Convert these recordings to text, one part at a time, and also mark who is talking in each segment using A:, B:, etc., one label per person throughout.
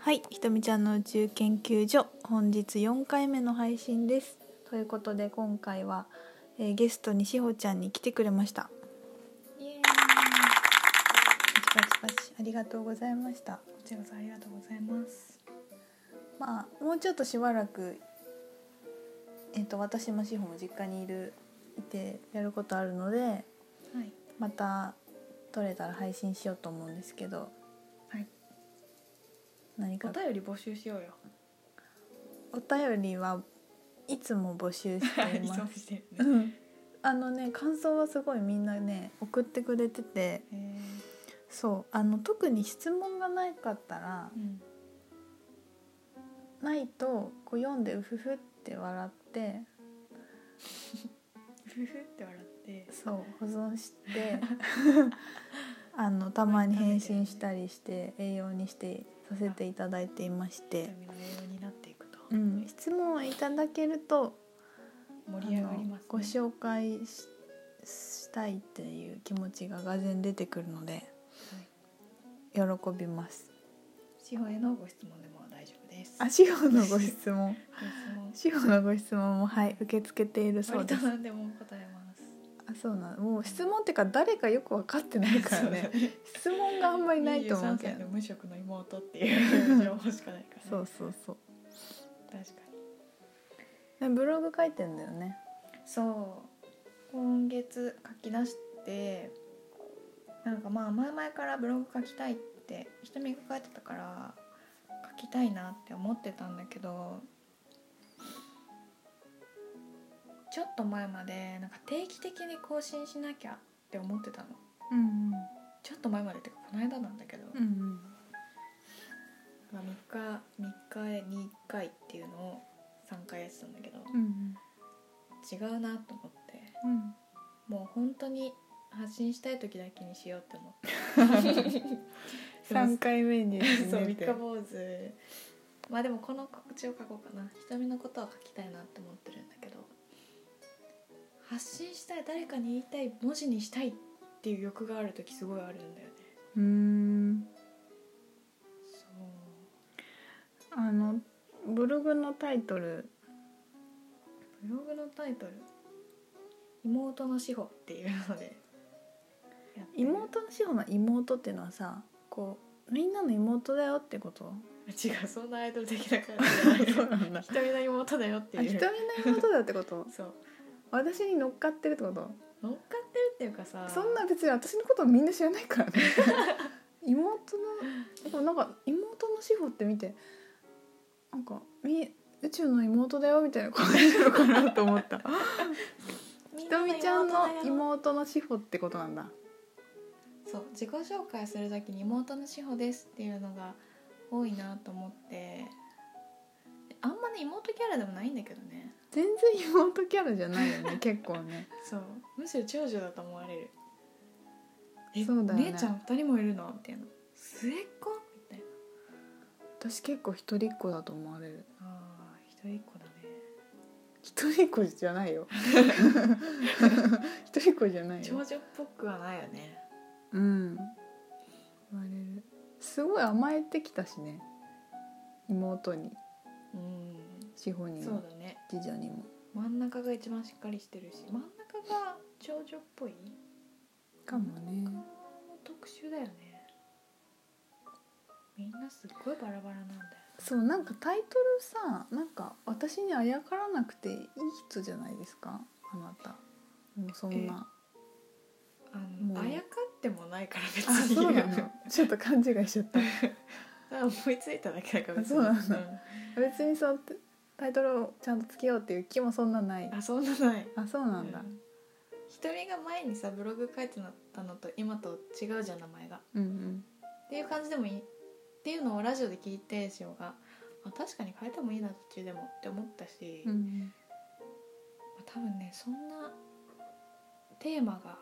A: はい、ひとみちゃんの宇宙研究所本日4回目の配信です。ということで今回は、えーゲストにしほちゃんに来てくれました。
B: イエーイ
A: パチパチパチありがとうございました。
B: こちらこそありがとうございます
A: まあもうちょっとしばらくえっ、と私もしほも実家にいるいてやることあるので
B: はい
A: また撮れたら配信しようと思うんですけど
B: はい
A: 何か
B: お便り募集しようよ
A: お便りはいつも募集して います。
B: してるね
A: うんあのね感想はすごいみんなね送ってくれてて
B: えー
A: そうあの特に質問がなかったら
B: うん
A: ないとこう読んでうふふって笑って
B: ふふって笑って
A: そう保存して あのたまに返信したりして栄養にしてさせていただいていまし
B: ビタ
A: て、
B: ミンの栄養になっていくと
A: うん、質問をいただけると
B: 盛り上がり
A: あ
B: ま
A: の
B: すね
A: ご紹介ししたいっていう気持ちががぜん出てくるので喜びます。
B: 司法へのご質問でも大丈夫です
A: あ、司法のご質問。
B: ご質問
A: 司法のご質問もはい受け付けているそう
B: 割と
A: です。
B: 何でも答えます
A: あ、そうなの。もう質問ってか誰かよく分かってないから ね。質問があんまりないと思うけ
B: 23歳
A: ど
B: の。無職の妹っていう情報しかないから、ね、
A: そうそうそう。
B: 確か
A: ね
B: に
A: ブログ書いてんだよね。
B: そう今月書き出してなんかまあ前々からブログ書きたいって瞳が書いてたから書きたいなって思ってたんだけどちょっと前までなんか定期的に更新しなきゃって思ってたの
A: うん
B: ちょっと前までっていうかこの間なんだけど、
A: うんうん
B: まあ、3日3日に1回っていうのを3回やってたんだけど
A: うん
B: 違うなと思って
A: うん。
B: もう本当に発信したい時だけにしようって思って
A: 三回目に
B: そう三
A: 出
B: 日
A: て
B: 坊主まあでもこの告知を書こうかな瞳のことは書きたいなって思ってるんだけど発信したい誰かに言いたい文字にしたいっていう欲がある時すごいあるんだよね
A: うーん。
B: そう
A: あのブログのタイトル。
B: ブログのタイトル「妹の志保」っていうのでやってる
A: 妹の司法の妹っていうのはさ、こうみんなの妹だよって こと。
B: 違うそんなアイドル的な感じじゃない
A: なんだ。
B: 瞳の妹だよって
A: あ、
B: い
A: 瞳
B: う
A: の妹だってこと。
B: そう
A: 私に乗っかってるってこと。
B: 乗っかってるっていうかさ
A: そんな別に私のことみんな知らないからね妹のでもなんか妹の志保って見てなんかみ宇宙の妹だよみたいな感じなのかなと思ったひとみちゃんの妹の志保ってことなんだ
B: そう自己紹介する時に「妹の志保です」っていうのが多いなと思ってあんまね妹キャラでもないんだけどね
A: 全然妹キャラじゃないよね結構ね
B: そうむしろ長女だと思われるえ
A: そうだよね
B: 姉ちゃん2人もいるのみたいな末っ子みたいな
A: 私結構一人っ子だと思われる
B: あー一人っ子だね
A: 一人っ子じゃないよ一人っ子じゃない
B: 長
A: よ
B: 女っぽくはないよね
A: うん言われるすごい甘えてきたしね妹に
B: うん
A: 地方に
B: そう
A: も
B: だね
A: 次女にも
B: 真ん中が一番しっかりしてるし真ん中が長女っぽい
A: かもね
B: これも特殊だよねみんなすっごいバラバラなんだよ
A: そうなんかタイトルさなんか私にあやからなくていい人じゃないですかあなたもうそんな
B: あ
A: も
B: の
A: う
B: あやかってもないから別
A: あ
B: に
A: そうなのちょっと勘違いしちゃった
B: あ 思いついただけだから別に
A: そうなの別にそうタイトルをちゃんとつけようっていう気もそんなない
B: うんあそんなない
A: あそうなんだ
B: う一人が前にさブログ書いてたのと今と違うじゃん名前がっ
A: うんうん
B: ていう感じでもいいっていうのをラジオで聞いてしおがあ確かに変えてもいいな途中でもって思ったし、
A: うんうん
B: まあ多分ねそんなテーマが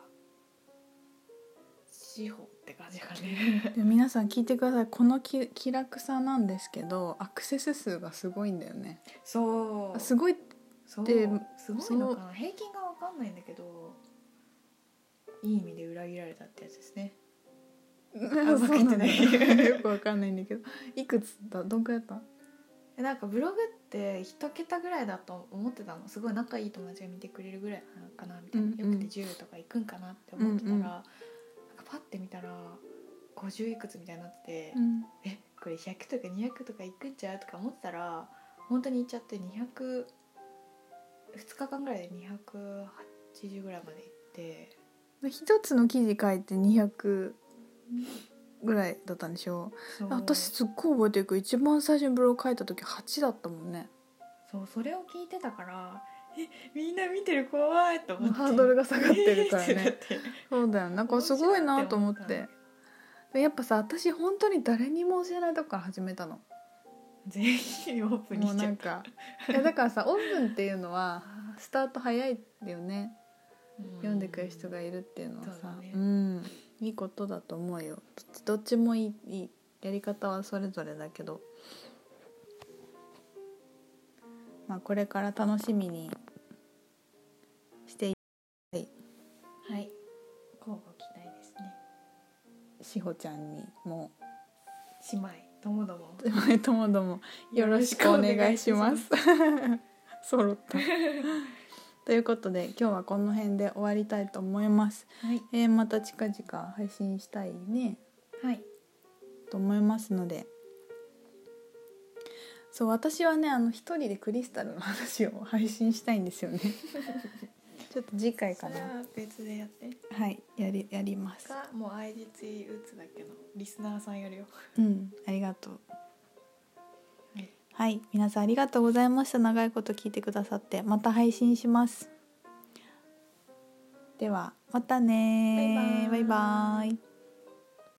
B: 司法って感じだからね
A: で皆さん聞いてくださいこのき気楽さなんですけどアクセス数がすごいんだよね
B: そ
A: あすごい
B: そう
A: です
B: ごいのかな平均が分かんないんだけどいい意味で裏切られたってやつですねあうまくいってない
A: よくわかんないんだ けどいくつだどんくらいだっ
B: えなんかブログって一桁ぐらいだと思ってたのすごい仲いい友達が見てくれるぐらいなのかなみたいな、
A: うんうん
B: よくて10とかいくんかなって思ってたら、
A: うんうん
B: なんかパッて見たら50いくつみたいになってて、
A: た、うん、
B: えこれ100とか200とかいくんちゃうとか思ったら本当にいっちゃって2002日間ぐらいで280ぐらいまでいって
A: 一つの記事書いて200ぐらいだったんでしょ
B: そう
A: 私すっごい覚えてるけど一番最初にブログ書いた時8だったもんね
B: そうそれを聞いてたからえみんな見てる怖いと思って
A: ハードルが下がってるからね
B: えーってなって
A: そうだよなんかすごいなと思ってでやっぱさ私本当に誰にも教えないとこから始めたの
B: 全員オープンに
A: もう
B: しち
A: な
B: ゃ
A: ん
B: う
A: かいやだからさオープンっていうのはスタート早いよね読んでくる人がいるっていうのは
B: そうだ
A: さ、
B: ね
A: うんいいことだと思うよどっちどっちもいいいいやり方はそれぞれだけど、まあ、これから楽しみにしてい
B: はい交互期待ですね
A: しほちゃんにも
B: 姉妹ともども
A: ともどもよろしくお願いし ます。 揃った。ということで今日はこの辺で終わりたいと思います。
B: はい
A: えー、また近々配信したいね
B: はい
A: と思いますので。そう私はねあの一人でクリスタルの話を配信したいんですよ ね。ちょっと次回
B: そ
A: か
B: れ
A: な。
B: は別でやって
A: はいやりやります。
B: かもう相槌打つだけのリスナーさんやるよ
A: うんありがとう。
B: はい
A: はい、皆さんありがとうございました。長いこと聞いてくださって、また配信します。では、またねバ
B: バイバーイ
A: イバーイ